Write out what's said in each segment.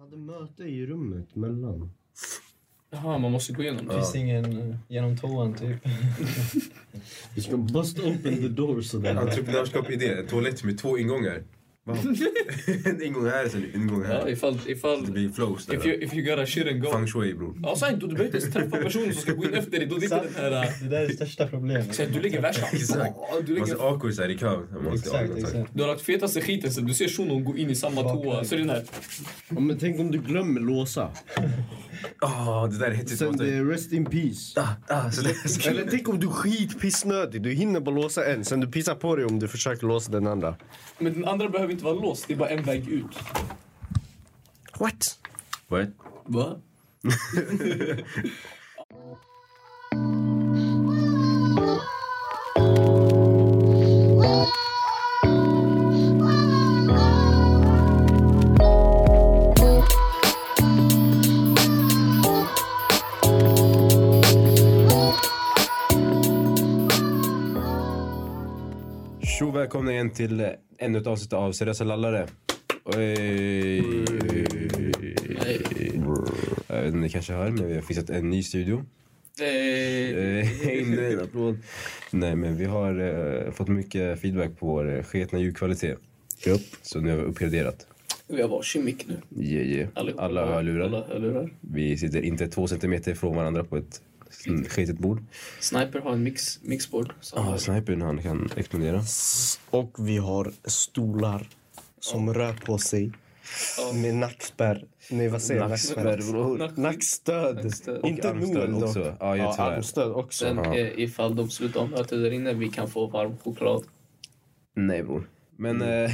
hade möte i rummet mellan. Jaha, man måste gå igenom Ja. det. Finns ingen eh, genom toan typ. Vi ska bust open the door Mm. sådär. Entreprenörskap-idé. Toalett med två ingångar. Va? en ingång här, sen en ingång Ja, här. ifall... Det ifall blir flows if, där. you, if you got a shit and go. Feng shui bror. Ja, sant. Och du behöver inte ens träffa personen som ska gå in efter dig. Då är det inte den här... äh, Det där är det största problemet. så att Du ligger värst. Exakt. Alltså- Ja, Du, Massa ligger, awkwards här i kön. Man måste ha Exakt, ögonkontakt. exakt. du har lagt fetaste skiten sen du ser shunon gå in i samma toa. Så är det den här... Ja, men tänk om du glömmer låsa. Ah, det där är hetsigt. Sen måste- det är rest in peace. Ah, ah, så där ska- Eller tänk om du är skitpissnödig. Du hinner bara låsa en, sen du pissar på dig om du försöker låsa den andra. Men den andra behöver inte vara låst. Det är bara en väg ut. What? What? Va? Tjo välkomna igen till eh, ännu ett avsnitt av Seriösa lallare. Oj. Jag vet inte om Eh, ni kanske hör, men vi har fixat en ny studio. Eh, Eh, Nej, en applåd. Nej, men vi har eh, fått mycket feedback på vår eh, sketna ljudkvalitet. Yep. Så nu har vi uppgraderat. vi har varsin mick nu. Yeah, yeah. Allihopa. Alla hörlurar. Alla hörlurar. Vi sitter inte två centimeter från varandra på ett sn- skitigt bord. Sniper har en mix, mixboard. Så Ah, snipern han kan explodera. Och vi har stolar som rör på sig. Med nackspärr. Nej, vad säger jag? Nackspärr, bror. Nackstöd. Nackstöd. Inte Och nu armstöd ändå. också. Ja, jag tyvärr. armstöd också. Sen Ja. eh, ifall de slutar om mötet där inne, vi kan få varm choklad. Nej bror. Men eh,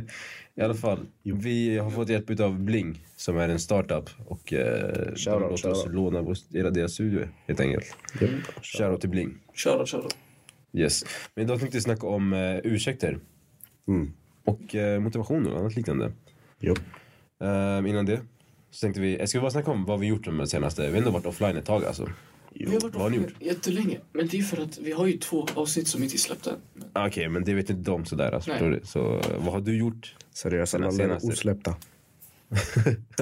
i alla fall. Vi har fått hjälp av Bling som är en startup och eh, de Shoutout, låter oss shoutout. låna vår, hela deras studio helt enkelt. Shoutout till Bling. Köra, köra. Yes. Men idag tänkte vi snacka om eh, ursäkter. Mm. Och eh, motivation och annat liknande. Jo. Eh, innan det så tänkte vi, eh, ska vi bara snacka om vad vi gjort de senaste, vi har ändå varit offline ett tag alltså. Vi har varit Vad har ni offline jättelänge. Men det är för att vi har ju två avsnitt som inte är släppta än. Men Ah, Okej, men det vet inte de sådär alltså, Nej. förstår du? Så eh, vad har du gjort? Seriösa Den här lallare senaste. osläppta.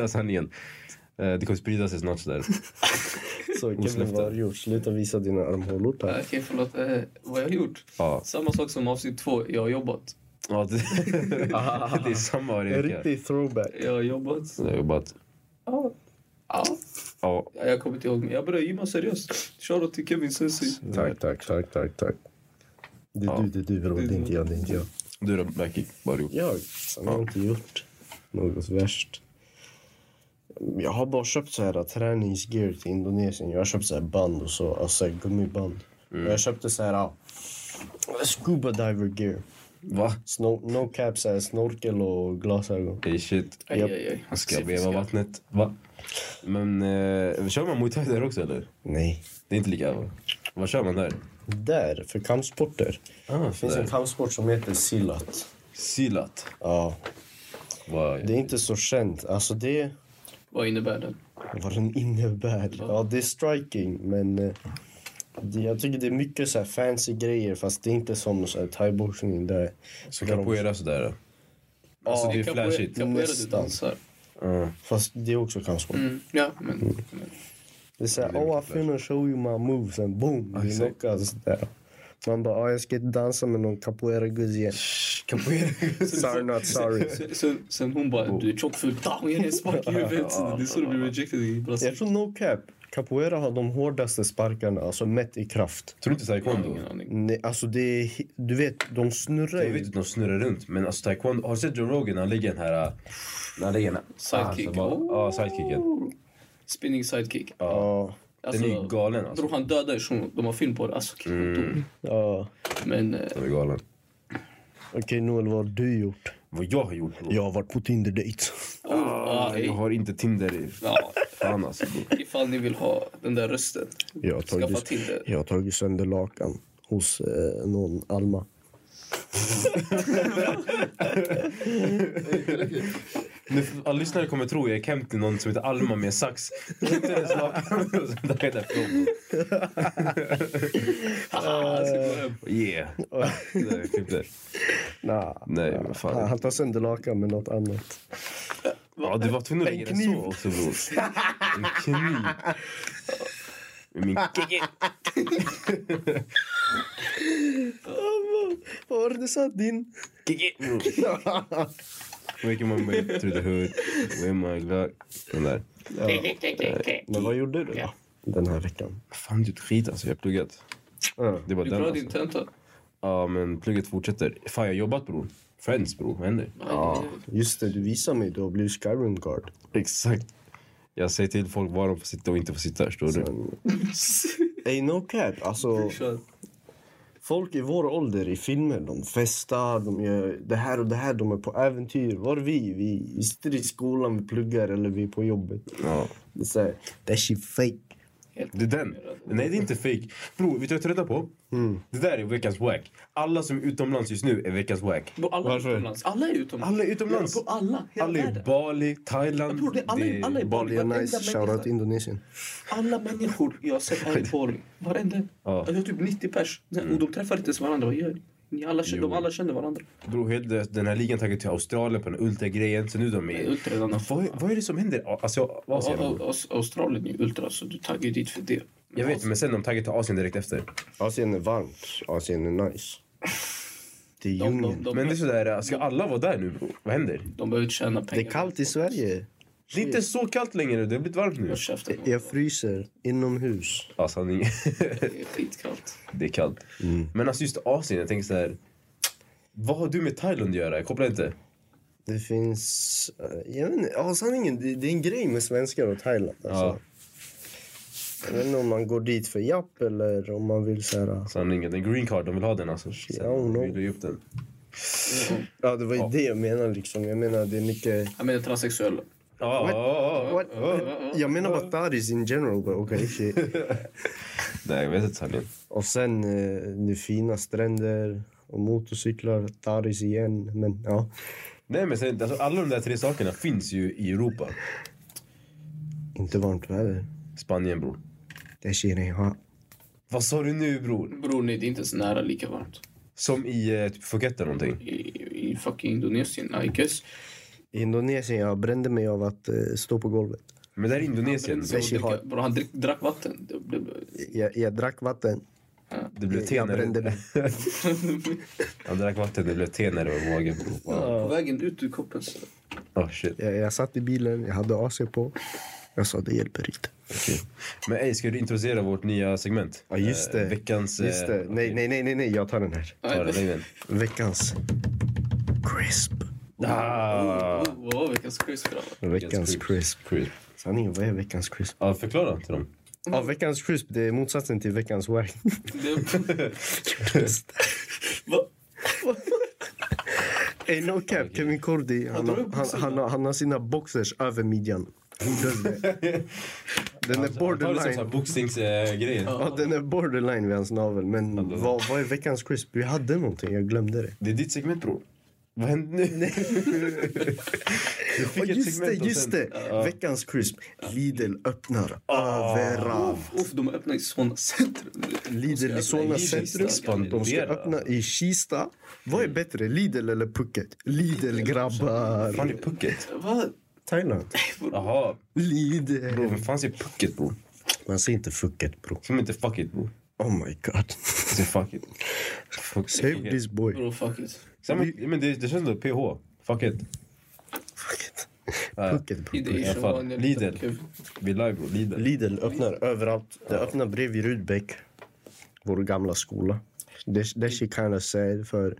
Sanningen. Eh, det kommer sprida sig snart sådär. Så Kevin, Osläppta. vad har du gjort? Sluta visa dina armhålor. tack. Okej, förlåt. Eh, vad jag har gjort? Ja. Samma sak som avsnitt två. Jag har jobbat. Ja, det, det är samma varje En vecka. riktig throwback. Jag har jobbat. Jag har jobbat. Ja. Ja, Ja, jag kommer inte ihåg. Men jag började gymma seriöst. Shoutout till Kevin Sensi. Tack, tack, tack, tack, tack. Det är Ja. du, det är du, bror. Det är inte jag, det är inte jag. du då Blacky? Vad har du gjort? Jag? Sen har jag inte gjort något värst. Jag har bara köpt så här träningsgear till Indonesien. Jag har köpt så här band och så, alltså så här gummiband. Och jag köpte så här ja, scuba diver gear. Va? Sno- no cap, så här, snorkel och glasögon. Hey shit. Aj, Japp. aj, aj. Han ska veva vattnet. Va? Men eh, kör man muay thai där också eller? Nej. Det är inte lika... va? Vad kör man där? Där, för kampsporter. Ah, Det finns en kampsport som heter silat. Silat. Ja, Wow. det är inte så känt. Alltså det... Vad innebär den? vad den innebär. Ja, det är striking, men eh, det, jag tycker det är mycket så här fancy grejer fast det är inte som så här thaiboxning där. Så capoeira sådär. Alltså det är Capoeira- flashigt. capoeira du Nästan. dansar. Ah. Ja. Fast det är också kampsport. Mm, ja, men... men Det är så här, Det är oh I mycket finna show you my moves and boom, Ja, vi exakt. knockar och sådär. Man bara, ah jag ska inte dansa med någon capoeira-guzzi. Capoeira. Sorry not sorry. Sen- Sen, sen hon bara, du är tjockful. Ta, Hon ger dig en spark i huvudet. Det är så du blir rejected i Brasilien. Jag tror no cap. Capoeira har de hårdaste sparkarna, alltså mätt i kraft. Tror du inte taekwondo? Ingen aning. Nej, alltså det är, he- du vet, de snurrar Jag vet ju. inte om de snurrar runt, men alltså taekwondo... Har du sett Joe Rogan? Han lägger den här... äh, När han lägger den här... Sidekick. Ah, så bara- Ja, sidekicken. Spinning sidekick. Ja, Den är ju galen alltså. Bror han dödar shunon. De har film på det. Alltså, okej, Mm. han dog. ja. Men eh, Den är galen. Okej Noel, vad har du gjort? Vad jag har gjort? bror. Jag har varit på Tinder-date. oh, ah, jag hej. har inte Tinder i... Ja, Fan alltså. bror. ifall ni vill ha den där rösten. Jag har Skaffa tagit, Tinder. jag har tagit sönder lakan hos eh, någon Alma. Nu, alla lyssnare kommer tro jag gick hem till någon som heter Alma med en sax. Inte ens lakan. Så där är därifrån. Ah, Haha, jag ska gå hem. Yeah. Det där jag klippte. Nah, Nej, men fan. Han, han tar sönder lakan med något annat. Ja, du var tvungen att lägga den så också bror. En kniv. Med min kicki. Var det satt din? Kicki bror. Making my way through the hood. With my Glock. Den där. Men vad gjorde du då? Den här veckan. Fan du skit alltså, jag har pluggat. Ja. Det var Du den klarar din alltså. tenta. Ja men plugget fortsätter. Fan jag har jobbat bror. Friends bror, vad händer? ja. Just det, du visade mig. Du har blivit Skyrim Guard. Exakt. Jag säger till folk var de får sitta och inte får sitta, förstår du? Men- Ey, no cap. Alltså, Kör. folk i vår ålder i filmer, de festar, de gör det här och det här. De är på äventyr. Var är vi? Vi sitter i skolan, vi pluggar eller vi är på jobbet. Ja. Det är så här, that shit fake. Helt Det är den. Nej, det är inte fake. Bror, vet du vad jag tar reda på? Mm. Det där är veckans wack. Alla som är utomlands just nu är veckans wack. Bro, Alla är Varför? utomlands. Alla är utomlands. Alla är utomlands. Ja, bro, alla. Hela Alla är i världen. Bali, Thailand. Bror, det är alla- det är- alla är i Bali är Varenda nice. människa. Shoutout Indonesien. Alla människor jag har sett här i Bali. Varenda. Ja. Mm. Alltså typ 90 pers. Och de träffar inte ens varandra. Vad gör ni? ni? Alla, känner- Jo. de alla känner varandra. Bror, hela den här ligan taggade till Australien på den ultragrejen. Så nu de är... Ultra är en annan- Vad, vad är det som händer? Alltså, Asien? Au- bror. Au- Aus- Australien är ju ultra så du taggar ju dit för det. Alltså, Jag vet, men sen de taggade till Asien direkt efter. Asien är varmt. Asien är nice. Det är de, de, djungeln. de, Men det är de, sådär, äh, ska alla vara där nu bror? Vad händer? behöver inte tjäna Det pengar. är kallt i Sverige. Det är inte så kallt längre, det har blivit varmt nu. Håll käften. Jag fryser inomhus. Ja, sanning. Det är skitkallt. Det är kallt. Men alltså just Asien, jag tänker så här. Vad har du med Thailand att göra? Jag kopplar inte. Det finns... eh, Jag vet inte, ja, sanningen, det, det är en grej med svenskar och Thailand. Alltså. Jag vet inte om man går dit för japp eller om man vill så här... eh, Sanningen, den green card, de vill ha den alltså. Sen Ja, hon har- vill du ge upp den. Ja, det var ju det jag menade liksom. Jag menar, det är mycket... Jag menar transsexuella. Ja, What? ja, ja, ja. What? Jag menar bara thotties in general, but okay. shit. Nej, jag vet inte sanningen. och sen eh, det är fina stränder och motorcyklar, thotties igen. Men ja, Nej, men sen, alltså, alla de där tre sakerna finns ju i Europa. inte varmt väder. Spanien, bror. Det shit ain't hot. Vad sa du nu, bror? Bror, nej, det är inte så nära lika varmt. Som i eh, typ Phuket eller någonting. I, i fucking Indonesien, I guess. I Indonesien jag brände mig av att eh, stå på golvet. Men där i Indonesien, Så Fishy dricka- hot. Bror, han drick, drack vatten. Det blev- Jag, jag drack vatten. det blev te Jag brände när mig. Han drack vatten, det blev te när det var i magen, bror. Wow. På vägen ut ur koppen. så- Oh, shit. Jag, jag satt i bilen, jag hade AC på. Jag sa det hjälper inte. Okej. Men ej, ska du introducera vårt nya segment? Ja, just det. Eh, veckans... eh, Just det. Nej, nej, nej, nej, nej, jag tar den här. Ta det, lägg den. Veckans crisp. Ah, Oh, wow, vilken crisp grabbar. Veckans crisp. crisp. Sanningen, vad är veckans crisp? Ja, förklara till dem. Ja, veckans crisp, det är motsatsen till veckans wack. Det- Va? Hey, no cap, Kevin Cordy, han, drar upp har- han, byxorna. han, har- han har sina boxers över midjan. Han does that. Den är Ta Alltså, det som så här borderline. boxningsgrejen. Ja, den är borderline vid hans navel. Men vad, vad är veckans crisp? Vi hade någonting, jag glömde det. Det är ditt segment, bror. Vad hände nu? du Ja, fick ett just det, segment och just sen- det. Veckans crisp. Lidl öppnar överallt. Uff, de öppnar i såna centrum. Lidl i Solna Lidl centrum. expandera. De ska öppna i Kista. Vad är bättre, Lidl eller Phuket? Lidl, Fan, grabbar. det är pucket. Va? Thailand. Jaha, Lidl. bror. Vad fan säger pucket, bror? Man säger inte Phuket, bro. Som inte fuck it, bror. Oh my god. Jag säger fuck it. Fuck Save it. this boy. Bro, fuck it. Ja, Men, men det, det känns ändå PH. Fuck it. Phuket. Ja. Phuket, bro. I det I alla fall, Lidl. Vi är live, bror. Lidl. Lidl öppnar överallt. Det öppnar bredvid Rudbeck, vår gamla skola. Det, det shit kinda sad, för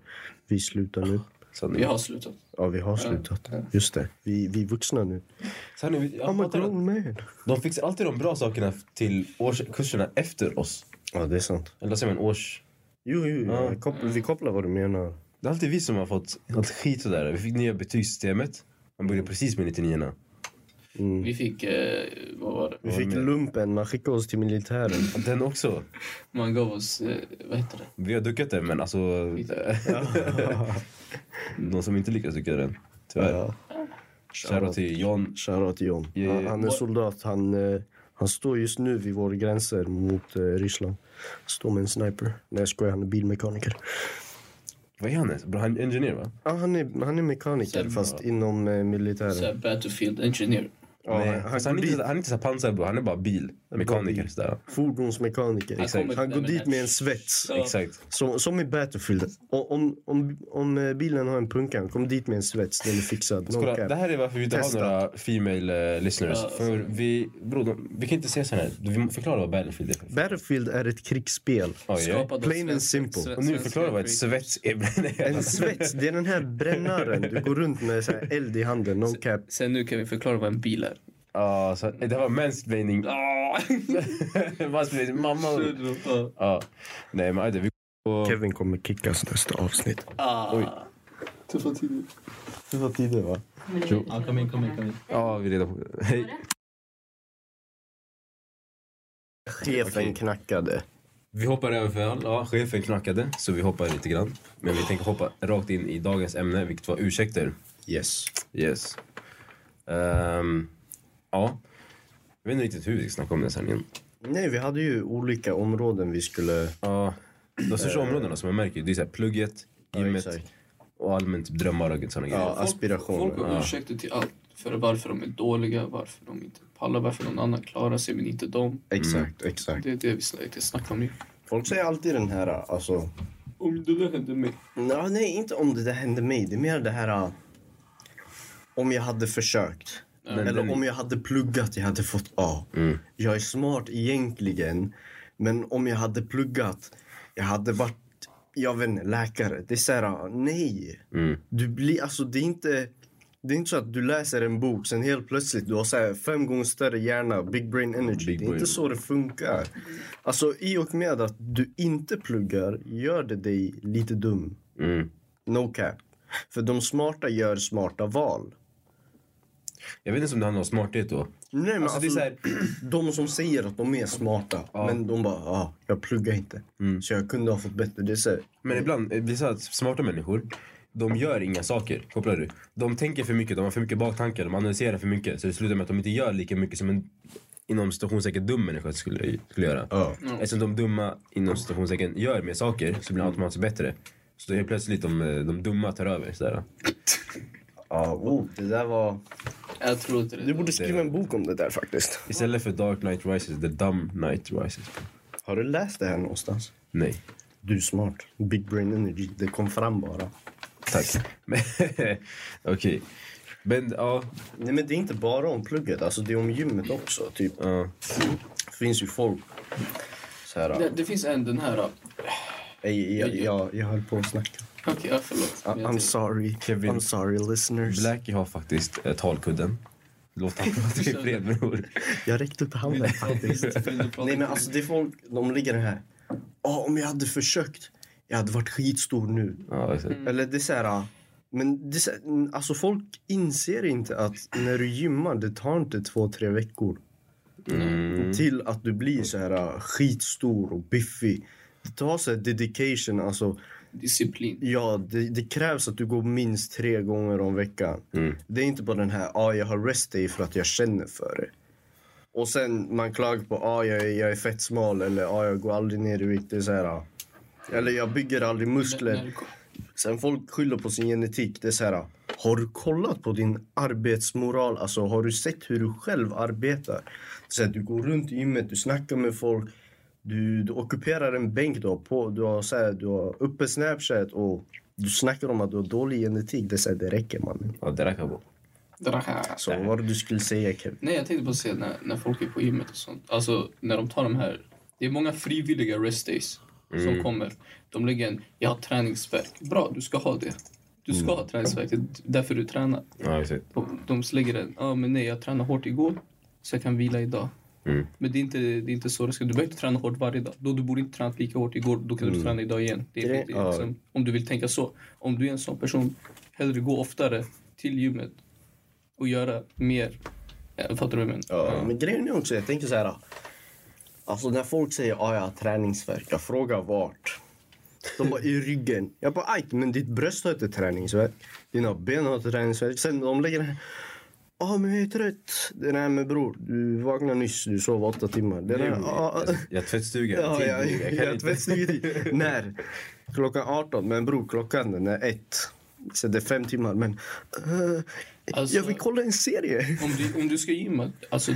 vi slutar nu. Sanning. Vi har slutat. Ja, vi har slutat. Just det. Vi, vi är vuxna nu. Sanning, vi- jag I'm a hatar att- grown man. De fixar alltid de bra sakerna till årskurserna efter oss. Ja, det är sant. Eller säger man års... Jo, jo, jo. Ja. Jag koppl- vi kopplar vad du menar. Det är alltid vi som har fått allt skit och där. Vi fick nya betygssystemet. Man började precis med 99 Vi fick, eh, vad var det? Vi fick men- lumpen. Man skickade oss till militären. Den också. Man gav oss, eh, vad heter det? Vi har duckat den men alltså... Eh, de som inte lyckas ducka den. Tyvärr. Ja. Shoutout till John. Shoutout John. Ja, Han, ja. han är soldat. Han, eh, han står just nu vid våra gränser mot eh, Ryssland. Står med en sniper. Nej, jag skojar. Han är bilmekaniker. Vad är han ens? Bro, Han är ingenjör va? Ja, han, är, han är mekaniker Sen- fast inom eh, Så här, militären. battlefield engineer. Ja, Nej, han, fast han, är inte, så- han är inte så här pansar bro. Han är bara bil. Mekaniker bil. sådär. fordonsmekaniker. Exakt. kommer- Han går Nej, men- dit med en svets. Ja. Exakt. Som, som i Battlefield. O- Om, om, om eh, bilen har en punkan, kom dit med en svets. Den är fixad. No Kolla, det cap. här är varför vi inte Testa. har några female eh, listeners. Ja, alltså. för vi, bro, de, vi kan inte säga sådana här. Vi måste förklara vad Battlefield är. Battlefield är ett krigsspel. Oj, oj. Skapad av Plain and svensk- simple. sven- Och nu svenska förklara vad ett creators. svets är. En svets, det är den här brännaren. Du går runt med så här eld i handen. No cap. Sen nu kan vi förklara vad en bil är. Ja, så- det här var mansplaining. Ah, mansplaining. Mamma. Ja. Ja. Nej men ajde, vi går på... Kevin kommer kickas nästa avsnitt. Ah. Oj. Tuffa tider. Tuffa tider va? Ja, kom in, kom in, kom in. Ja, vi är redan på... Hej. Chefen knackade. Vi hoppar över för all... Ja, chefen knackade, så vi hoppar lite grann. Men vi tänker hoppa rakt in i dagens ämne, vilket var ursäkter. Yes. Yes. Ehm, ja. Jag vet inte riktigt hur vi ska snacka om den sändningen. Nej, vi hade ju olika områden vi skulle... Ja. De största områdena som jag märker, det är så här plugget, gymmet Eh. exakt. och allmänt drömmar och sådana Ja, grejer. aspirationer. Folk har ursäkter till allt. För varför de är dåliga, varför de inte pallar, varför någon annan klarar sig men inte dem. Exakt, exakt. Det är det vi snackar, snackar om nu. Folk säger alltid den här, alltså... Om det där hände mig. Nå, nej, inte om det där hände mig. Det är mer det här... ah, Om jag hade försökt. Men Eller den- om jag hade pluggat, jag hade fått A. Mm. Jag är smart egentligen, men om jag hade pluggat, jag hade varit, jag vet inte, läkare. Det är så här, ah, nej. Mm. Du blir, alltså det är inte... Det är inte så att du läser en bok, sen helt plötsligt du har så här fem gånger större hjärna, big brain energy. Big det är brain. inte så det funkar. Alltså i och med att du inte pluggar gör det dig lite dum. Mm. No cap. För de smarta gör smarta val. Jag vet inte om det handlar om smarthet då. Nej, men alltså, Alltså, det är så här, De som säger att de är smarta, Ja. men de bara ah, jag pluggar inte. Mm. Så jag kunde ha fått bättre. Det är så här, men ibland, eh, det är så att smarta människor, de gör inga saker. Kopplar du? De tänker för mycket, de har för mycket baktankar, de analyserar för mycket. Så det slutar med att de inte gör lika mycket som en inom citationstecken dum människa skulle, skulle göra. ja. Mm. Eftersom de dumma inom citationstecken gör mer saker så blir de automatiskt bättre. Så då helt plötsligt de, eh, de dumma tar över. Sådär. Ja, oh, det där var... Jag tror inte det. Du borde skriva en bok om det där faktiskt. Istället för Dark Knight Rises, The Dumb Knight Rises. Har du läst det här någonstans? Nej, Du är smart. Big brain energy. Det kom fram bara. tack. Men- Okej. Men ja, Nej, men det är inte bara om plugget. Alltså, det är om gymmet också. Typ. ja. Det finns ju folk... Så här, Det, det finns en, den här. ah. jag, jag, jag, jag höll på att snacka. Okej, ja, förlåt. I, Men jag I'm tänkte- sorry. Kevin. I'm sorry, listeners. Blackie har faktiskt eh, talkudden. Låt han prata i fred bror. Jag räckte upp handen faktiskt. Nej men alltså det är folk, de ligger här. Ja, om jag hade försökt. Jag hade varit skitstor nu. Mm. Ja, exakt. Eller det är så här. ah, Men det är så här, mm, alltså folk inser inte att när du gymmar, det tar inte två, tre veckor. Mm. Till att du blir så här ah, skitstor och biffig. Det tar så här dedication, alltså. Disciplin. Ja, det, det krävs att du går minst tre gånger om veckan. Mm. Det är inte bara den här, ah, jag har rest day för att jag känner för det. Och sen man klagar på, ah, jag, är- jag är fett smal eller ah, jag går aldrig ner i vikt. Det är så här, ah. Eller jag bygger aldrig När muskler. det kom- Sen folk skyller på sin genetik. Det är så här, ah, har du kollat på din arbetsmoral? Alltså har du sett hur du själv arbetar? Så här, du går runt i gymmet, du snackar med folk. Du, du ockuperar en bänk, du har, på, du, har, så här, du har uppe Snapchat och du snackar om att du har dålig genetik. Det, är så här, det räcker mannen. Ja, det räcker bra. Det här. Så vad var det du skulle säga Kevin? Nej, jag tänkte bara säga när, när folk är på gymmet och sånt. Alltså, när de tar de här... Det är många frivilliga rest days som kommer. De lägger en, jag har träningsvärk. Bra, du ska ha det. Du ska ha träningsvärk, det är därför du tränar. Ja, exakt. De- De lägger en, ja men nej, jag tränade hårt igår, så jag kan vila idag. Mm. Men det är, inte, det är inte så det ska Du behöver inte träna hårt varje dag. Då du borde inte tränat lika hårt igår, då kan du träna idag igen. Det är, Det- det, är Mm. ja. liksom, om du vill tänka så. Om du är en sån person, hellre gå oftare till gymmet och göra mer. Ja, Fattar du vad jag menar? Ja. Men grejen är också, jag tänker så här. Alltså när folk säger att jag har träningsvärk, jag frågar vart. De bara i ryggen. Jag bara ajt, men ditt bröst har inte träningsvärk. Dina ben har inte träningsvärk. Sen de lägger Ja, men jag är trött. Det där med bror, du vaknade nyss, du sov åtta timmar. Det där, ah, ah. Jag har tvättstugan. Ja, tid, ja, bror. jag, kan jag inte. tvättstugetid. När? Klockan 18, men bror, klockan den är ett. Så det är fem timmar, men... eh, Alltså- jag vill kolla en serie. Om du, om du ska gymma, alltså,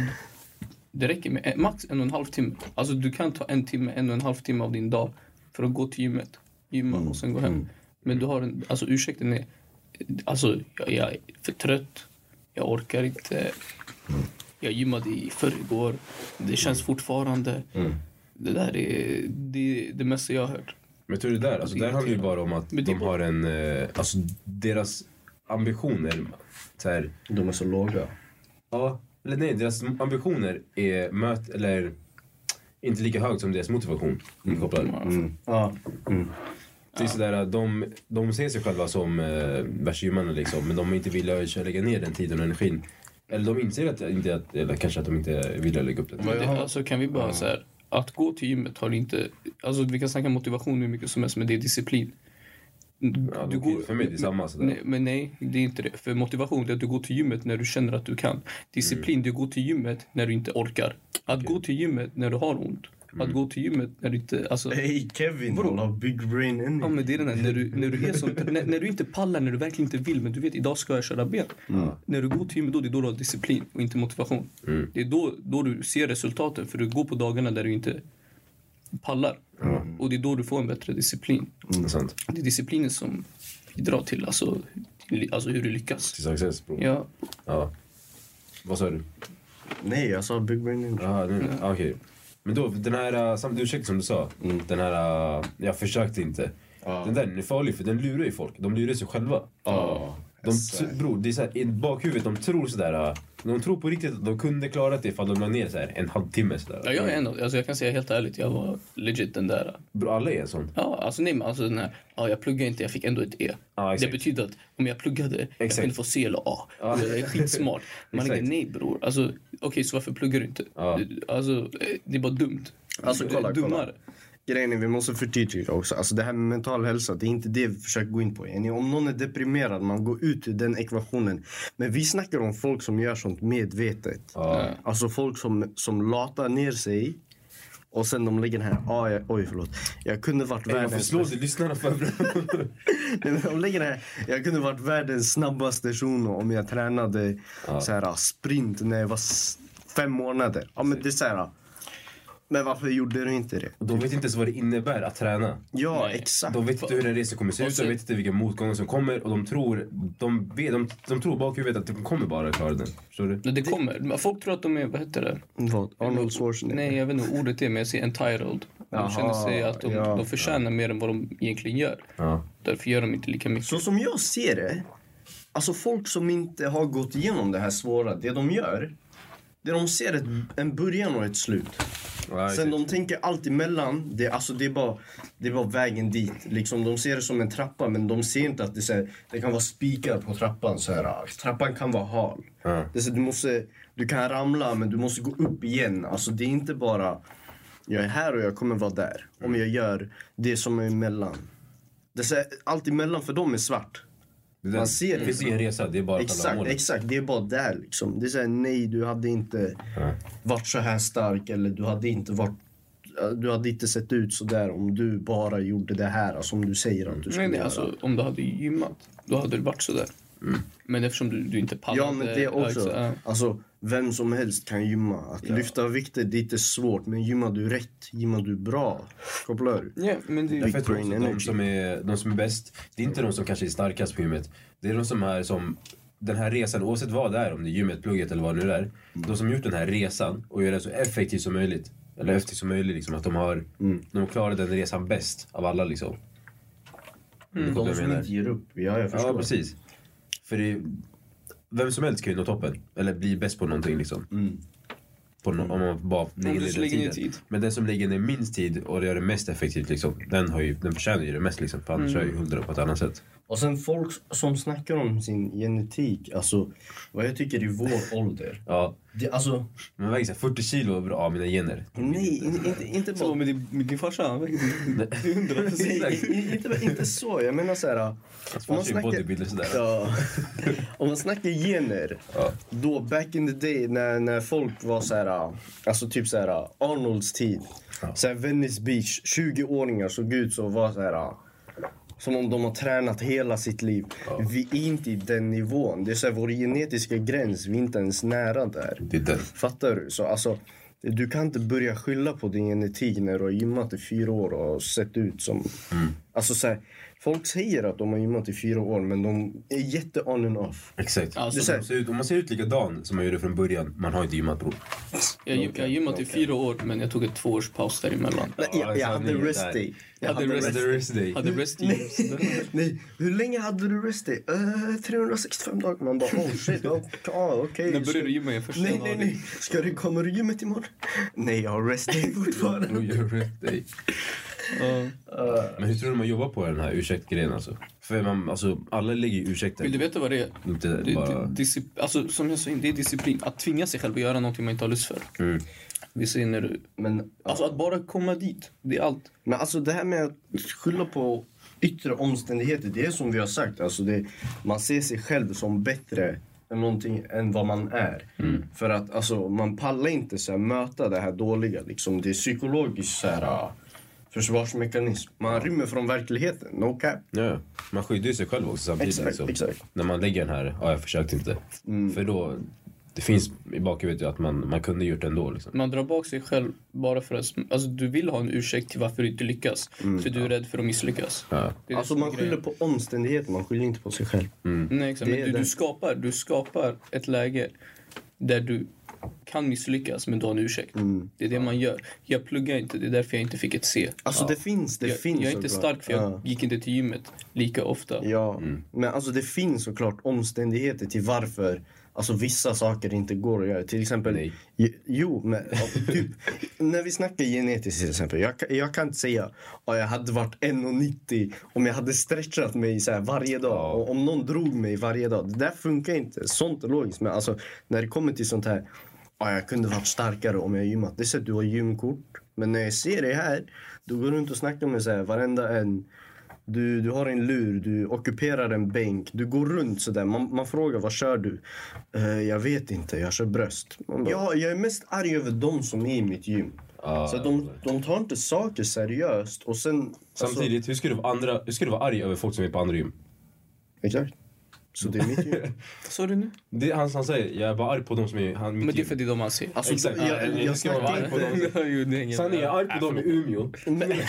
det räcker med en, max en och en halv timme. Alltså, du kan ta en timme, en och en halv timme av din dag för att gå till gymmet, gymma och sen gå hem. Men du har en, alltså ursäkten är, alltså jag, jag är för trött, jag orkar inte, jag gymmade i förrgår, det känns fortfarande. Det där är det, är det mesta jag har hört. Men tror du där, alltså, där handlar det ju bara om att Men det är de har en... eh, Alltså deras ambitioner... Så här, De är så låga. ja, eller nej, deras ambitioner är möt, eller inte lika högt som deras motivation. Mm. Kopplad. Ja. Det är sådär, att de, de ser sig själva som eh, värsta gymmarna liksom, men de är inte villiga att lägga ner den tiden och energin. Eller de inser att, inte att, eller kanske att de inte vill lägga upp det. Men det, alltså kan vi bara så här, att gå till gymmet har inte, alltså vi kan snacka motivation hur mycket som helst men det är disciplin. Ja, Du okej, för mig är det samma sådär. Nej, men nej, det är inte det. För motivation det är att du går till gymmet när du känner att du kan. Disciplin, Mm. det är att gå till gymmet när du inte orkar. Att gå till gymmet när du har ont. Mm. Att gå till gymmet när du inte, alltså. Hej Kevin, Bro. alla big brain Ja men det är den här, när du, när du är som, när, när du inte pallar, när du verkligen inte vill, men du vet idag ska jag köra ben. När du går till gymmet då, det är då du har disciplin och inte motivation. Det är då, då du ser resultaten, för du går på dagarna där du inte pallar. Och det är då du får en bättre disciplin. Mm. Sant. Det är disciplinen som bidrar till, alltså, till, alltså hur du lyckas. Till success bro. Ja, Ja. Vad sa du? Nej, jag sa big brain injury. Jaha, nu- Mm. ah, okej. Men då, den här eh, samt ursäkt som du sa. Mm. Den här, eh, jag försökte inte. Ah. Den där den är farlig för den lurar ju folk. De lurar sig själva. Ja. De, bror, det är så här, i bakhuvudet, de tror sådär. eh, De tror på riktigt att de kunde klara det ifall de la ner så här, en halvtimme sådär. ja jag är en av, alltså, jag kan säga helt ärligt, jag var legit den där. Bror, alla är en sån. Ja, alltså nej men alltså den här, ja jag pluggade inte, jag fick ändå ett E. Ja, det exakt. betyder att om jag pluggade, jag Exakt. kunde få C eller A. Jag är skitsmart. Man är Exakt. nej bror, alltså okej så varför pluggar du inte? Ja. Alltså eh, det är bara dumt. Alltså, Det är kolla, kolla. Dummare. Grejen är, vi måste förtydliga också. Alltså det här med mental hälsa, det är inte det vi försöker gå in på. Är ni- Om någon är deprimerad, man går ut ur den ekvationen. Men vi snackar om folk som gör sånt medvetet. Ja. Alltså folk som, som latar ner sig och sen de lägger den här, ah, jag, oj förlåt, jag kunde varit Varför världens slår du lyssnarna för bror? Nej, men De lägger det här. Jag kunde varit världens snabbaste shuno om jag tränade så här, sprint när jag var s- fem månader. Ja, men det är så här. Men varför gjorde du inte det? De vet inte ens vad det innebär att träna. Ja, Nej. exakt. De vet inte hur en resa kommer se ut, de vet inte vilka motgångar som kommer och de tror, de vet, de, de tror bakhuvudet att de kommer bara klara den. Förstår du? Men det kommer. Men Folk tror att de är, vad heter det? Vad? Arnold Schwarzenegger. Nej jag vet inte vad ordet är men jag säger entitled. De Jaha, känner sig att de, ja. de förtjänar mer än vad de egentligen gör. Ja. Därför gör de inte lika mycket. Så som jag ser det, alltså folk som inte har gått igenom det här svåra, det de gör, det de ser ett, en början och ett slut. Ja, Sen exakt. de tänker allt emellan, det, alltså det, är bara, det är bara vägen dit. Liksom, de ser det som en trappa men de ser inte att det, är så här, det kan vara spikar på trappan. Så här. ah, Trappan kan vara hal. Ja. Det är så, du, måste, du kan ramla men du måste gå upp igen. Alltså, det är inte bara jag är här och jag kommer vara där. Mm. Om jag gör det som är emellan. Det är så här, allt emellan för dem är svart. Det där- Man ser det finns ingen resa, det är bara själva Exakt, målet. exakt. Det är bara där liksom. Det är såhär, nej du hade inte Ja. varit så här stark eller du hade inte varit du hade inte sett ut så där om du bara gjorde det här alltså, som du säger att du skulle Nej, nej, göra. alltså, om du hade gymmat, då hade det varit sådär. Men eftersom du, du inte pallade... ja, men det ja, också. exa- ja. Alltså, vem som helst kan gymma. Att lyfta vikter, det är inte svårt. Men gymmar du rätt, gymmar du bra. Kopplar du? Ja, men det, Därför tror jag Brain också att de energy. som, är, de som är bäst, det är inte de som kanske är starkast på gymmet. Det är de som är som, den här resan, oavsett vad det är, om det är gymmet, plugget eller vad det nu är. De som gjort den här resan och gör den så effektiv som möjligt. Eller effektiv som möjligt, liksom, att de har, de klarar den resan bäst av alla liksom. Mm. De som inte ger upp. Ja, jag förstår. Ja, precis. För det, vem som helst kan ju nå toppen. Eller bli bäst på någonting liksom. Mm. På no- om man bara lägger du ner den lägger ner tiden. tid. Men den som lägger ner Mm. minst tid och gör det mest effektivt liksom. Den, har ju, den förtjänar ju det mest liksom. För annars kör ju hundra på ett annat sätt. Och sen folk som snackar om sin genetik, alltså vad jag tycker i vår ålder. Ja. Det, alltså, Men jag väger så här 40 kilo är bra av mina gener. Mm. nej, in- inte, inte bara... Så med din, med din farsa, han väger hundra Nej, procent. i- inte, inte så, jag menar så här... äh, Alltså, man snackar... bodybuilder sådär. Ja. Om man snackar gener, Ja. då back in the day när, när folk var så här, alltså typ så här Arnolds tid, Ja. så här Venice Beach, 20-åringar såg ut så var så här äh, som om de har tränat hela sitt liv. Vi är inte i den nivån. Det är så här, vår genetiska gräns, vi är inte ens nära där. Det är den. Fattar du? Så alltså, du kan inte börja skylla på din genetik när du har gymmat i fyra år och sett ut som... Mm. Alltså så här, folk säger att de har gymmat i fyra år men de är jätte on and off. Exakt. Alltså, Om man ser ut- om man ser ut likadan som man gjorde från början, man har inte gymmat bror. Jag jag har gymmat i fyra år, men jag tog ett tvåårspaus däremellan. Nej, jag, jag alltså, hade ni är rest där. day. Jag hade rest- day. Hade rest years. Nej, hur länge hade du rest day? Eh, 365 dagar. Man bara oh shit, oh, ah, okej. När började du gymma igen? Första Nej, nej, nej. Ska du komma till gymmet imorgon? Nej, jag har rest day fortfarande. Eh, Bror, jag har rest day. nej. Men hur tror du man jobbar på den här ursäktgrejen alltså? För man, alltså, alla lägger ju ursäkter. Vill du veta vad det är? Inte Det, bara... det, discip- alltså, som jag sa, det är disciplin. Att tvinga sig själv att göra någonting man inte har lust för. Mm. Vi ser när du... Men, Alltså att bara komma dit, det är allt. Men alltså det här med att skylla på yttre omständigheter, det är som vi har sagt. Alltså det, man ser sig själv som bättre än, någonting, än vad man är. Mm. För att alltså, man pallar inte så här, möta det här dåliga. Liksom. Det är psykologiskt så här, ah, försvarsmekanism. Man rymmer från verkligheten. No cap. Ja, ja. man skyddar ju sig själv också samtidigt. Exakt, liksom. exakt. När man lägger den här, ja jag försökte inte. För då, det finns i bakhuvudet ju att man, man kunde gjort det ändå. Liksom. Man drar bak sig själv bara för att... Alltså du vill ha en ursäkt till varför du inte lyckas. för du är rädd för att misslyckas. Ja. Det är Alltså det som man är grejen. skyller på omständigheter, man skyller inte på sig själv. Nej, exakt. Det Men är du, det. du, skapar, du skapar ett läge där du kan misslyckas, men du har en ursäkt. Mm. Det är det man gör. Jag pluggar inte, det är därför jag inte fick ett C. Alltså det finns, det jag, finns jag är inte såklart. stark för jag Ja. gick inte till gymmet lika ofta. Ja, Mm. men alltså det finns såklart omständigheter till varför alltså vissa saker inte går att göra. Till exempel... Nej. Je- Jo, men ja, typ, när vi snackar genetiskt till exempel. Jag, kan- jag kan inte säga att jag hade varit 1,90 om jag hade stretchat mig så här varje dag. Ja. Och om någon drog mig varje dag. Det där funkar inte. Sånt är logiskt. Men alltså när det kommer till sånt här. Ja, jag kunde varit starkare om jag gymmat. Det är så att du har gymkort. Men när jag ser dig här, då går du runt och snackar med så här, varenda en. Du, du har en lur, du ockuperar en bänk, du går runt sådär. Man, man frågar vad kör du? Eh, jag vet inte, jag kör bröst. Man bara, ja, jag är mest arg över de som är i mitt gym. Ja, så de, alltså- de tar inte saker seriöst och sen... Samtidigt, hur, ska du vara andra, hur ska du vara arg över folk som är på andra gym? Alltså, exakt. Så det är mitt gym. Vad sa du nu? Det, är han, han säger, jag är bara arg på de som är han, mitt Men det är för gym. att det är de man ser. Alltså, Exakt. jag, Ja, jag, eller jag det ska vara snackar varmt inte... på dem. Jo, det är ingen- Sanningen, jag är arg på dem i Umeå. Nej,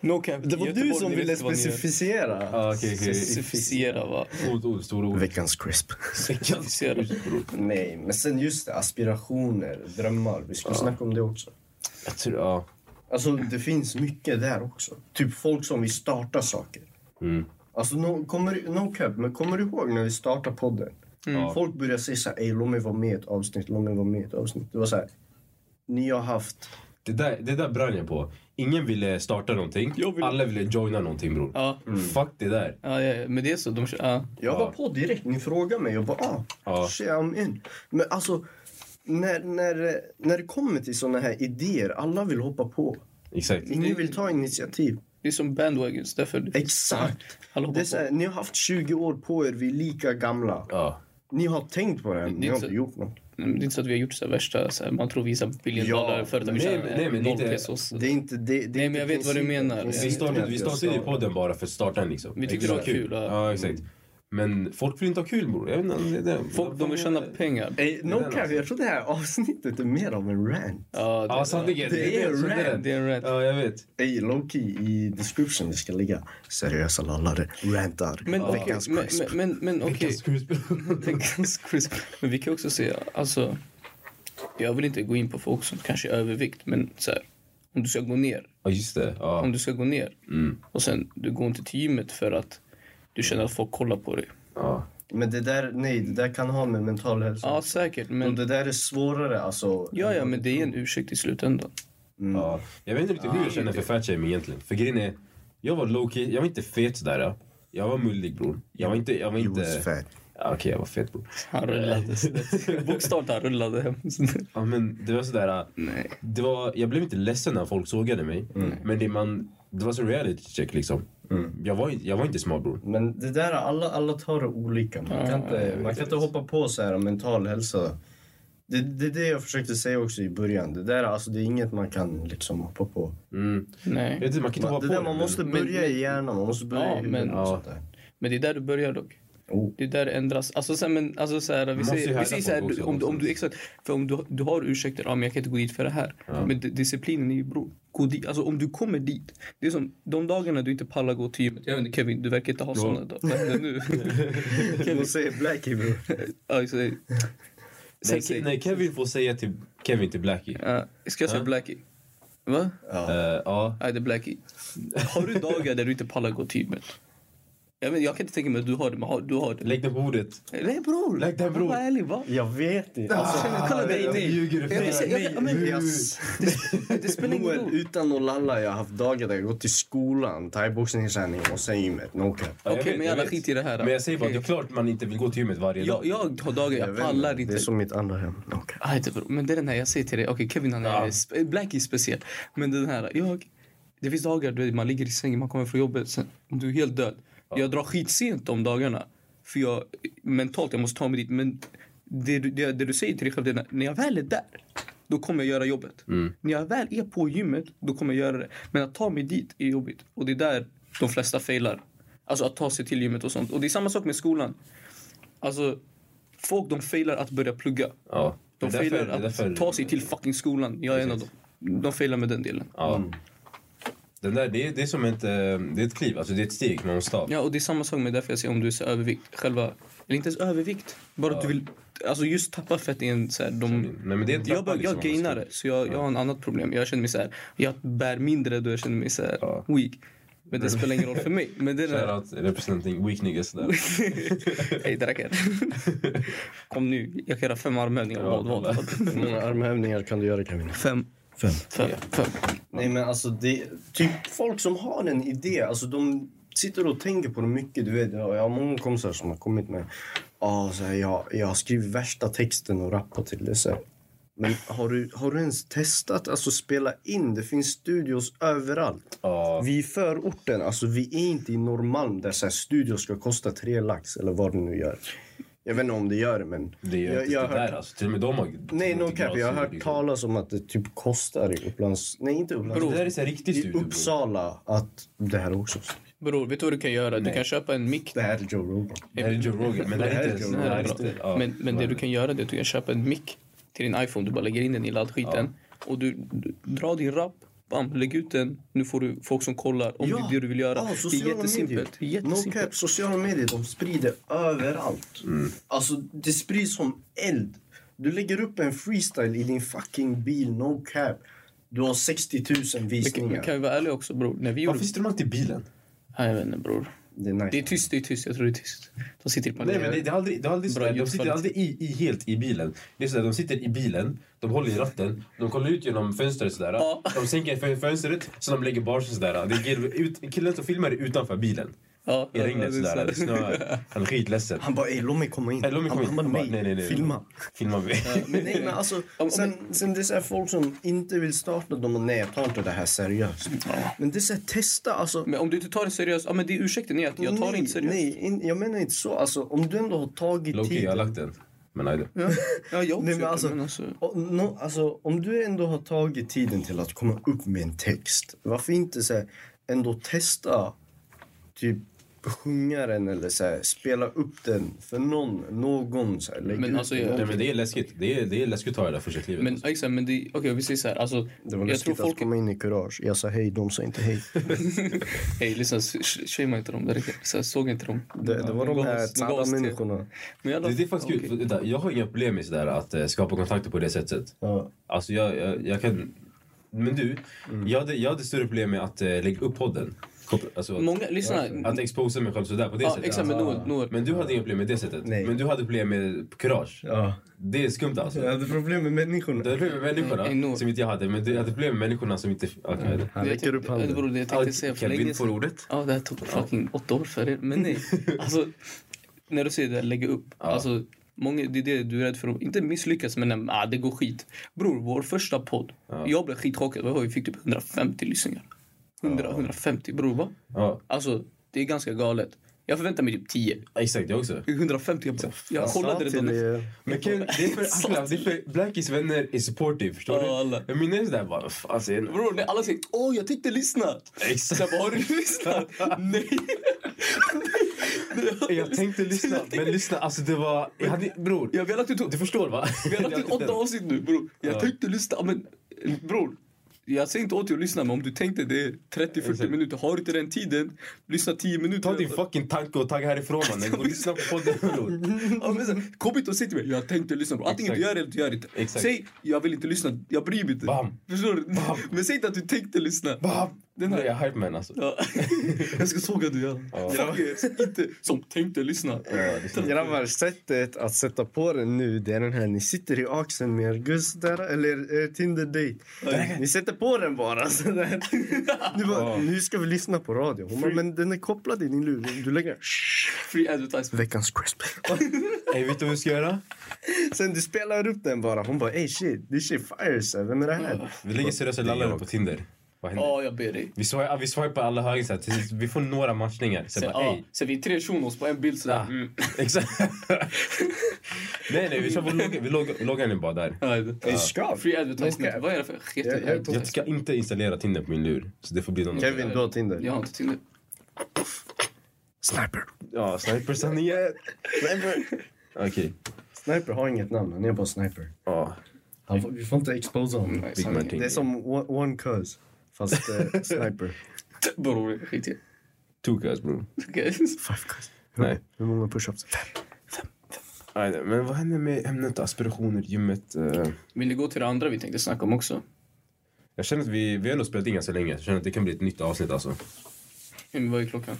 No cap. det var Göteborg, du som ni ville vet vad ni gör. specificera. Ah, okay, okay. Specificera, va? Ord, ord, stora ord. Veckans crisp. Specificera. Nej, men sen just det, aspirationer, drömmar. Vi Ah. skulle snacka om det också. Jag tror, ja. Alltså det finns mycket där också. Typ folk som vill starta saker. Mm. Alltså no, kommer, no cap, men kommer du ihåg när vi startade podden? Ja. Folk började säga såhär, ey låt mig vara med i ett avsnitt, låt mig vara med i ett avsnitt. Det var såhär, ni har haft... Det där, det där brann jag på. Ingen ville starta någonting. Jag vill- Alla ville joina någonting bror. Ja. Fuck det där. Ja, ja, men det är så. De kör, ja. Jag var Ja. på direkt, ni frågade mig, jag bara ah, Ja. shit I'm in. Men alltså, när, när, när det kommer till såna här idéer, alla vill hoppa på. Exakt. Ingen vill ta initiativ. Det är som bandwagons. Därför det finns- Exakt. Alla Det hoppar är så här, ni har haft 20 år på er, vi är lika gamla. Ja. Ni har tänkt på det här, men Det ni är har inte- inte gjort något. på. Mm, Det är inte så att vi har gjort så här värsta... Så här, man tror vi är så här billiondollarföretag. Nej, Ja, men- nej, men det är inte- Det är inte... Det, det är Nej, men inte jag vet vad du principen. menar. Principen Vi startade, är vi att jag startade ju ska- podden bara för att starta den liksom. Vi tyckte det var kul, ja. Ja, exakt. Men folk vill inte ha kul bror. Jag vet inte, det, det, Folk, de vill tjäna pengar. Ey, Det no där cap, jag tror det här avsnittet är mer av en rant. Ja, Ja, sanningen. Det är en så rant. Det är en rant. Ja, jag vet. Ey, low key i description vi ska ligga. Seriösa lallare rantar. Men okej, Veckans men, crisp. men, men, men okej. Veckans cruise- Veckans crisp. Men vi kan också se, alltså. Jag vill inte gå in på folk som kanske är övervikt, men så här. Om du ska gå ner, Ja, just det. Ja. om du ska gå ner och sen du går inte till gymmet för att du känner att folk kollar på dig. ja. Men, det där, nej, det där kan ha med mental hälsa. Ja, säkert, Och men det där är svårare alltså. ja, ja, men det är en ursäkt i slutändan. Mm. Ja. Ah, Jag vet inte riktigt hur jag känner för fatshaming egentligen. För grejen är, jag var lowkey, jag var inte fet sådär. ja. Jag var mullig bror. Jag var inte... Jag var He was inte... fat. Ja, Okej, jag var fet bror. Han rullade. Bokstavligt han rullade hem. Ja, men det var sådär... äh, Nej. Det var, jag blev inte ledsen när folk sågade mig. Mm. Men det, man, det var så reality check liksom. Jag, var, inte- jag var inte smal bror. Men det där, alla, alla tar det olika. Man kan inte, Mm. man kan inte hoppa på så här om mental hälsa. Det, det är det jag försökte säga också i början. Det där, alltså det är inget man kan liksom hoppa på. Mm. Jag Nej. vet inte, man kan inte Man, hoppa det på där, man men- måste börja i hjärnan, man måste börja Ja, i huvudet men- och ja. sånt där. Men det är där du börjar dock. Oh. Det är där det ändras. Alltså, så här, men, alltså, så här, vi måste ju säger, vi härda säger så här, folk du- också om, du- om du, någonstans. exakt, för om du, du har ursäkter, ja, men jag kan inte gå dit för det här. Men di- disciplinen är ju bror, gå dit. Alltså om du kommer dit. Det är som de dagarna du inte pallar gå till gymmet. Jag vet inte Kevin, du verkar inte ha såna dagar. Vad händer nu? Vad säger Blackie bro? alltså, Nej, säg, Ke- säg. nej, Kevin får säga till Kevin till Blackie. Ja, ska jag säga Ja. Blackie? Va? Ja. Eh, ja. Nej, det är Blackie. Har du dagar där du inte pallar gå till gymmet? Jag, vet, jag kan inte tänka mig att du har det, men har, du har det. Lägg den på bordet. Nej bror! Lägg den, bror. Var ärlig va? Jag vet inte. Alltså, Känner- Kolla dig, jag nej. ljuger för Jag vill se- jag vill- ja, men- dig. yes. Det, det spelar ingen Noel, roll. utan att lalla, jag har haft dagar där jag gått till skolan, thaiboxningsträning och sen gymmet. No cap. Ja, jag Okej, vet, men jag jävla vet. skit i det här. Men jag säger bara att Okej. det är klart man inte vill gå till gymmet varje jag, dag. jag har dagar Jag jag vet pallar inte. Det inte. är som mitt andra hem. No cap. Aj, det beror- men det är den här jag säger till dig. Okej, Kevin han är Ja. sp- Blackie är speciell. Men den här, jag... Det finns dagar du vet, man ligger i sängen, man kommer från jobbet, sen, du är helt död. Jag drar skitsent de dagarna. För jag, mentalt, jag måste ta mig dit. Men det, du- det, det du säger till dig själv, det är när- när jag väl är där, då kommer jag göra jobbet. När jag väl är på gymmet, då kommer jag göra det. Men att ta mig dit är jobbigt. Och det är där de flesta failar. Alltså att ta sig till gymmet och sånt. Och det är samma sak med skolan. Alltså, folk de failar att börja plugga. Ja. De Det är därför- failar det är att därför- ta sig till fucking skolan. Jag är en av dem. Precis. De failar med den delen. Ja. Den där, det, är, det är som ett, eh, det är ett kliv, alltså det är ett steg man måste ta. Ja, och det är samma sak med därför jag säger om du är så övervikt. Själva, eller inte ens övervikt. Bara att du vill, alltså just tappa fett i en så här, de... Nej, men det är en trappa, Jag, bör, jag liksom, man gainade, ska- så jag, jag har en annat problem. Jag känner mig så här, jag bär mindre då jag känner mig så här Ja. weak. Men det spelar ingen roll för mig. Men det är Shoutout representing weak niggas där. Hej draken. Kom nu, jag kan göra fem armhävningar. Ja, Vad, vad, vad? Hur många armhävningar kan du göra Kevin? Fem. Fem. Fem. Fem. Nej men alltså det, typ folk som har en idé, alltså de sitter och tänker på det mycket. Du vet, jag jag har många kompisar som har kommit med, ah, så här, jag, jag skriver värsta texten och rappar till det. Så här. Men har du, har du ens testat alltså spela in? Det finns studios överallt. Ja. Vi är i förorten, alltså vi är inte i Norrmalm där så här, studios ska kosta tre lax eller vad det nu gör. Jag vet inte om det gör det men. Det är jag, inte jag har det där hört, alltså. Till och med de har... nej no cap, jag har hört liksom. talas om att det typ kostar i Upplands... Nej inte Upplands. Det där är så här riktig I studio. bro. Uppsala att det här också. Bror, vet du vad du kan göra? Du Nej. kan köpa en mick Det här är Joe Rogan. Det här är Joe Rogan. Men det här är inte... Det det här här är är bra. inte- ja. Men, men det du kan göra det är att du kan köpa en mick till din iPhone. Du bara lägger in den i laddskiten. Och du, du drar din rap, bam, lägg ut den. Nu får du folk som kollar om det är det du vill göra. Ja, det är sociala medier. jättesimpelt. Det är No jättesimpelt. Mm. cap, sociala medier de sprider överallt. Alltså det sprids som eld. Du lägger upp en freestyle i din fucking bil, no cap. Du har 60 000 Men kan- visningar. Men kan vi vara ärliga också bror? När vi gjorde... Varför sitter de alltid i bilen? Nej, jag vet inte bror. Det är nice. Det är typ- tyst, det är tyst. Jag tror det är tyst. De sitter i Nej panelen. men det, det är aldrig, det är aldrig Bra sådär, de sitter ljudkvalitet. aldrig i, i, helt i bilen. Det är sådär, de sitter i bilen, de håller i ratten, de kollar ut genom fönstret sådär. Ja. De sänker fön- fönstret, så de lägger barsen sådär. Det är ut, killen som filmar är utanför bilen. ja, I regnet det är sådär, det så här. snöar. Han är skitledsen. Han bara, "Ey, låt mig komma in. Äh, låt mig komma in. han, han Han bara, bara, nej, nej, nej, nej. filma. Filmar vi. Men nej, men alltså, om- sen, sen det är så här folk som inte vill starta, de bara, nej jag tar inte det här seriöst. Men det är så här, testa alltså. Men om du inte tar det seriöst, ja men det är ursäkten är att jag tar det nej, inte seriöst. Nej, in, jag menar inte så. Alltså, om du ändå har tagit Loki, jag har tiden. lagt den. Men nej då. Ja, ja jag Nej, men försöker, alltså, men alltså... och, no, alltså, om du ändå har tagit tiden till att komma upp med en text, varför inte så här, ändå testa typ sjunga den eller så här, spela upp den för någon, någon. Så här, lägg Men ut alltså, den. jag- Nej men det är läskigt. Det är, det är läskigt att ta det där första klivet. Men, ja, exakt, men det, okej vi säger så här, alltså, det var jag tror läskigt folk att komma in i kurage. Jag sa hej, de sa inte hej. Hej, lyssna, sh- shamea inte dem. Det räcker. Så här, såg inte dem. Det, det var Ja, de gav här oss- gav oss tada till. människorna. Men i alla det, det är faktiskt fall, kul. okej. för Vänta, jag har inga problem med sådär att eh, skapa kontakter på det sättet. Ja. Alltså jag, jag, jag kan... Men du, Mm. jag, hade, jag hade större problem med att eh, lägga upp podden. Koppla- Alltså, att, Många, lyssna. att exposa mig själv sådär på det Ja, sättet. Alltså, exakt, men Noor, Noor. Men du hade inga problem med det sättet. Nej. Men du hade problem med kurage. Ja. Det är skumt alltså. Jag hade problem med Du människorna. hade problem med människorna Nej, Noor. som inte jag hade. Men du hade problem med människorna som inte... Okej. Okay. Han Jag räcker upp tänkte- det handen. beror- det Mm. Jag tänkte säga för länge Kelvin får sedan. ordet. Ja, det här tog fucking åtta år för er. Men nej, alltså när du säger det, här, lägga upp. Ja. Alltså, många, det är det du är rädd för. att Inte misslyckas, men nej, ah, det går skit. Bror, vår första podd. Ja. Jag blev skitchockad. Vad har Vi fick typ 150 lyssningar. 100, 150, bror va? Ja, Alltså, det är ganska galet. Jag förväntar mig typ 10. exakt. Jag också. 150, Liksom, jag, bara, jag kollade det då. nästa- Men Ken, det är för, alla, det är för Blackies vänner är supportive, förstår Ja, alla. du? Jag minns det där bara, "Fan, alltså, en- Bror, när alla säger åh, jag tänkte lyssna. Så exakt. jag bara, har du lyssnat? nej. Jag tänkte lyssna, men lyssna, alltså det var... Jag hade, bror, Jag vill att du tog... du förstår va? Vi har lagt ut åtta avsnitt nu bror. Jag Ja. tänkte lyssna. Men eh, bror. Jag säger inte åt dig att lyssna men om du tänkte det är 30-40 Exakt. minuter. Har du inte den tiden, lyssna 10 minuter. Ta din fucking tanke och tagga härifrån mannen, gå och lyssna på podden Mm. bror. Ja, men sen, Kom inte och säg till mig jag tänkte lyssna bror. Antingen du Exakt. gör det eller du gör det inte. Exakt. Säg jag vill inte lyssna, jag bryr mig inte. Bam. Förstår du? Men säg inte att du tänkte lyssna. Bam! Den här är jag hype man alltså. Ja. jag ska såga dig. Ja. Ja. Fuck er, säg inte som tänkte lyssna. Ja, det är- Grabbar, sättet att sätta på den nu det är den här. Ni sitter i axeln med er guzz där, eller er tinder date Ni sätter på den bara. Så där. Ni bara, Ja. nu ska vi lyssna på radio. Hon bara, men den är kopplad i din lur. Du lägger Free advertisement. Veckans crisp. Ey, vet du vad vi ska göra? Sen du spelar upp den bara. Hon bara, ey shit, this shit fires. Äh, Vem är det här? Vi lägger seriösa lallare på Tinder. Vad händer? Ja, jag ber dig. Vi, swipar, vi swipar alla höger så här, tills vi får några matchningar. Så Sen, jag bara, ja, ey, sen vi är tre shunos på en bild sådär. Ah. Mm. Exakt. nej, nej, vi kör vår logga, vi logga, loggar nu bara där. Ja, det- Vi ska. Free advertisement. Okej. Vad är det för skete? Jag- jag tog- Jag ska inte installera Tinder på min lur, så det får bli någon Kevin, du har Tinder. Mm. Jag har inte Tinder. Mm, Sniper. Ja, snipersanningen. Eh, Sniper. Okej. Sniper har inget namn. Han är bara sniper. Ja, Han får, vi får inte exposa honom. Nej, Big sanningen. Martin. Det är som one, one cuz. Fast eh, sniper. Bror, skit i Two guys bror. Okej. Five cuz. Nej. Hur många pushups? Fem. Nej, nej, men vad händer med ämnet aspirationer, gymmet? eh? Vill ni gå till det andra vi tänkte snacka om också? Jag känner att vi, vi har nog spelat in ganska länge. Jag känner att det kan bli ett nytt avsnitt alltså. Men vad är klockan?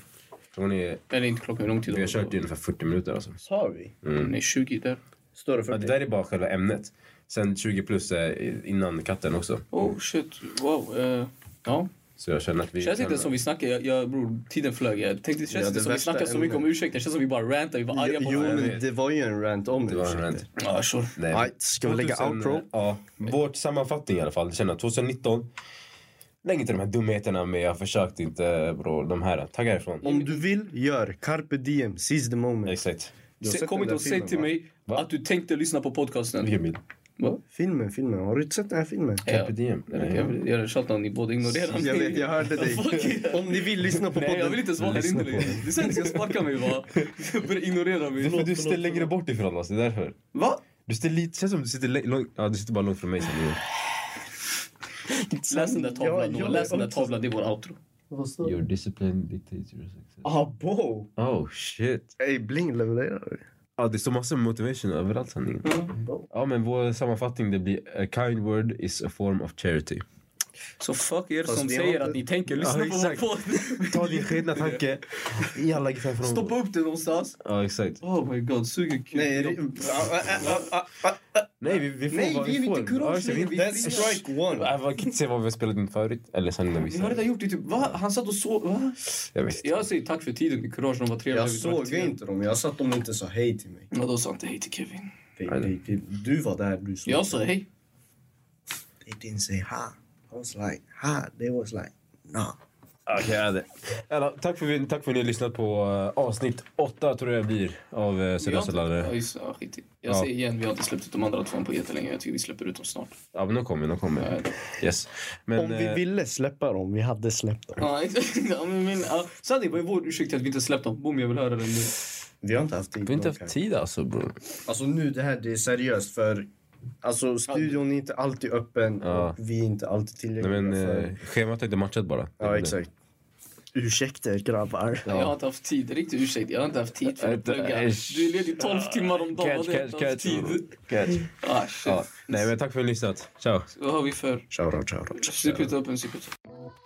Hon är, Eller inte klockan, hur lång tid vi har kört i ungefär 40 minuter alltså. Sa vi? Mm. Nej, 20 där. Står det Ja, det 40? där är bara själva ämnet. Sen 20 plus eh, innan katten också. Oh shit, wow. eh, ja. Så jag känner att vi... Känns inte kan- som vi snackade, jag, jag, bror, tiden flög. Jag tänkte, känns Ja, inte det som vi värsta snackade så mycket om ämnet. ursäkter. Känns som vi bara rantade, vi var arga på Jo, jag men vet. det var ju en rant om Det var en ursäkter. rant. Ja, sure. Nej. Right, ska vi lägga 2000, outro? Ja, vårt sammanfattning i alla fall. Jag känner att 2019, lägg inte de här dumheterna med jag försökte inte bror, de här. Tagga ifrån. Om du vill, gör. Carpe diem. Seize the moment. Exakt. Du har Se, sett kom den inte där och säg filmen, till va? mig Va? att du tänkte lyssna på podcasten. Vilken bild? Va? Filmen, filmen. Har du inte sett den här filmen? Ja. Carpe diem. Jag Nej. vill göra tjat om ni båda ignorerar mig. Jag vet, jag hörde dig. Fuck yeah. Om ni vill lyssna på Nej, jag vill podden. inte svara Lyssna in på längre. det. Du säger att jag ska sparka mig bara. Börja ignorera Det är mig. för att du sitter längre bort ifrån oss, det är därför. Va? Du sitter lite, känns som du sitter lä- långt, ja du sitter bara långt från mig. Sen. Läs den där tavlan Ja, då. jag Läs den där också. tavlan, det är vår outro. Vad står det? Your discipline dictates your success. Abo! Oh shit. Ey, bling levererar. Ja, det står massor med motivation överallt sanningen. Abo. Ja men vår sammanfattning det blir A kind word is a form of charity. Så fuck er Fast som vi har säger inte- att ni tänker Ja, lyssna på vår exakt. podd. Ta din skitna tanke. Jalla gitarr från Stoppa upp det någonstans. Ja exakt. Oh my god, suger kuk. Nej, Ja. det- ah, ah, ah, ah, ah. Nej, vi, vi får Nej, vad vi är inte får. Ja, kurage exakt, längre. vi- That's strike one. Jag kan inte se vad vi har spelat in förut. Eller sen när vi Vi har redan gjort det typ, va? Han satt och sov, va? Jag vet inte. Jag säger tack för tiden, kurage, de var trevliga. Jag vi drack såg till. inte dem. Jag sa att de inte sa hej till mig. Ja, då sa inte hej till Kevin. Hej, hej, hej. Du var där, du såg. Jag sa hej. They didn't say ha. I was like, ha. They was like, no. Okej, ja, det. Alla, tack, för, tack för att ni har lyssnat på eh, avsnitt åtta tror jag det blir av uh, Vi har Seriösa inte- Lallare. Ja, just det. Ja, skit i. Jag Ja. säger igen, vi har inte släppt ut de andra två på jättelänge. Jag tycker vi släpper ut dem snart. Ja, men de kommer, de kommer. Yes. Men, Om vi eh, ville släppa dem, vi hade släppt dem. Ja, exakt. Ja, men, men, ja. Sanning, vad är vår ursäkt till att vi inte släppt dem? Boom, jag vill höra den nu. Vi har inte haft tid. vi har inte nog här. haft tid alltså bror. Alltså nu det här, det är seriöst för alltså studion är inte alltid öppen Ja. och vi är inte alltid Nej, tillgängliga men för... eh, schemat har inte matchat bara. Ja, Alltså. exakt. ursäkter grabbar. Jag har inte haft tid. Riktig ursäkt. Jag har inte haft tid för att Inte- plugga. Du äsch. är ledig 12 timmar om dagen. Catch, och äh, jag har catch, inte haft catch. tid. Catch. Ah, shit. Ja. Nej, men tack för att ni har lyssnat. Ciao. Vad har vi för Shoutout, shoutout. Supertoppen, supertoppen.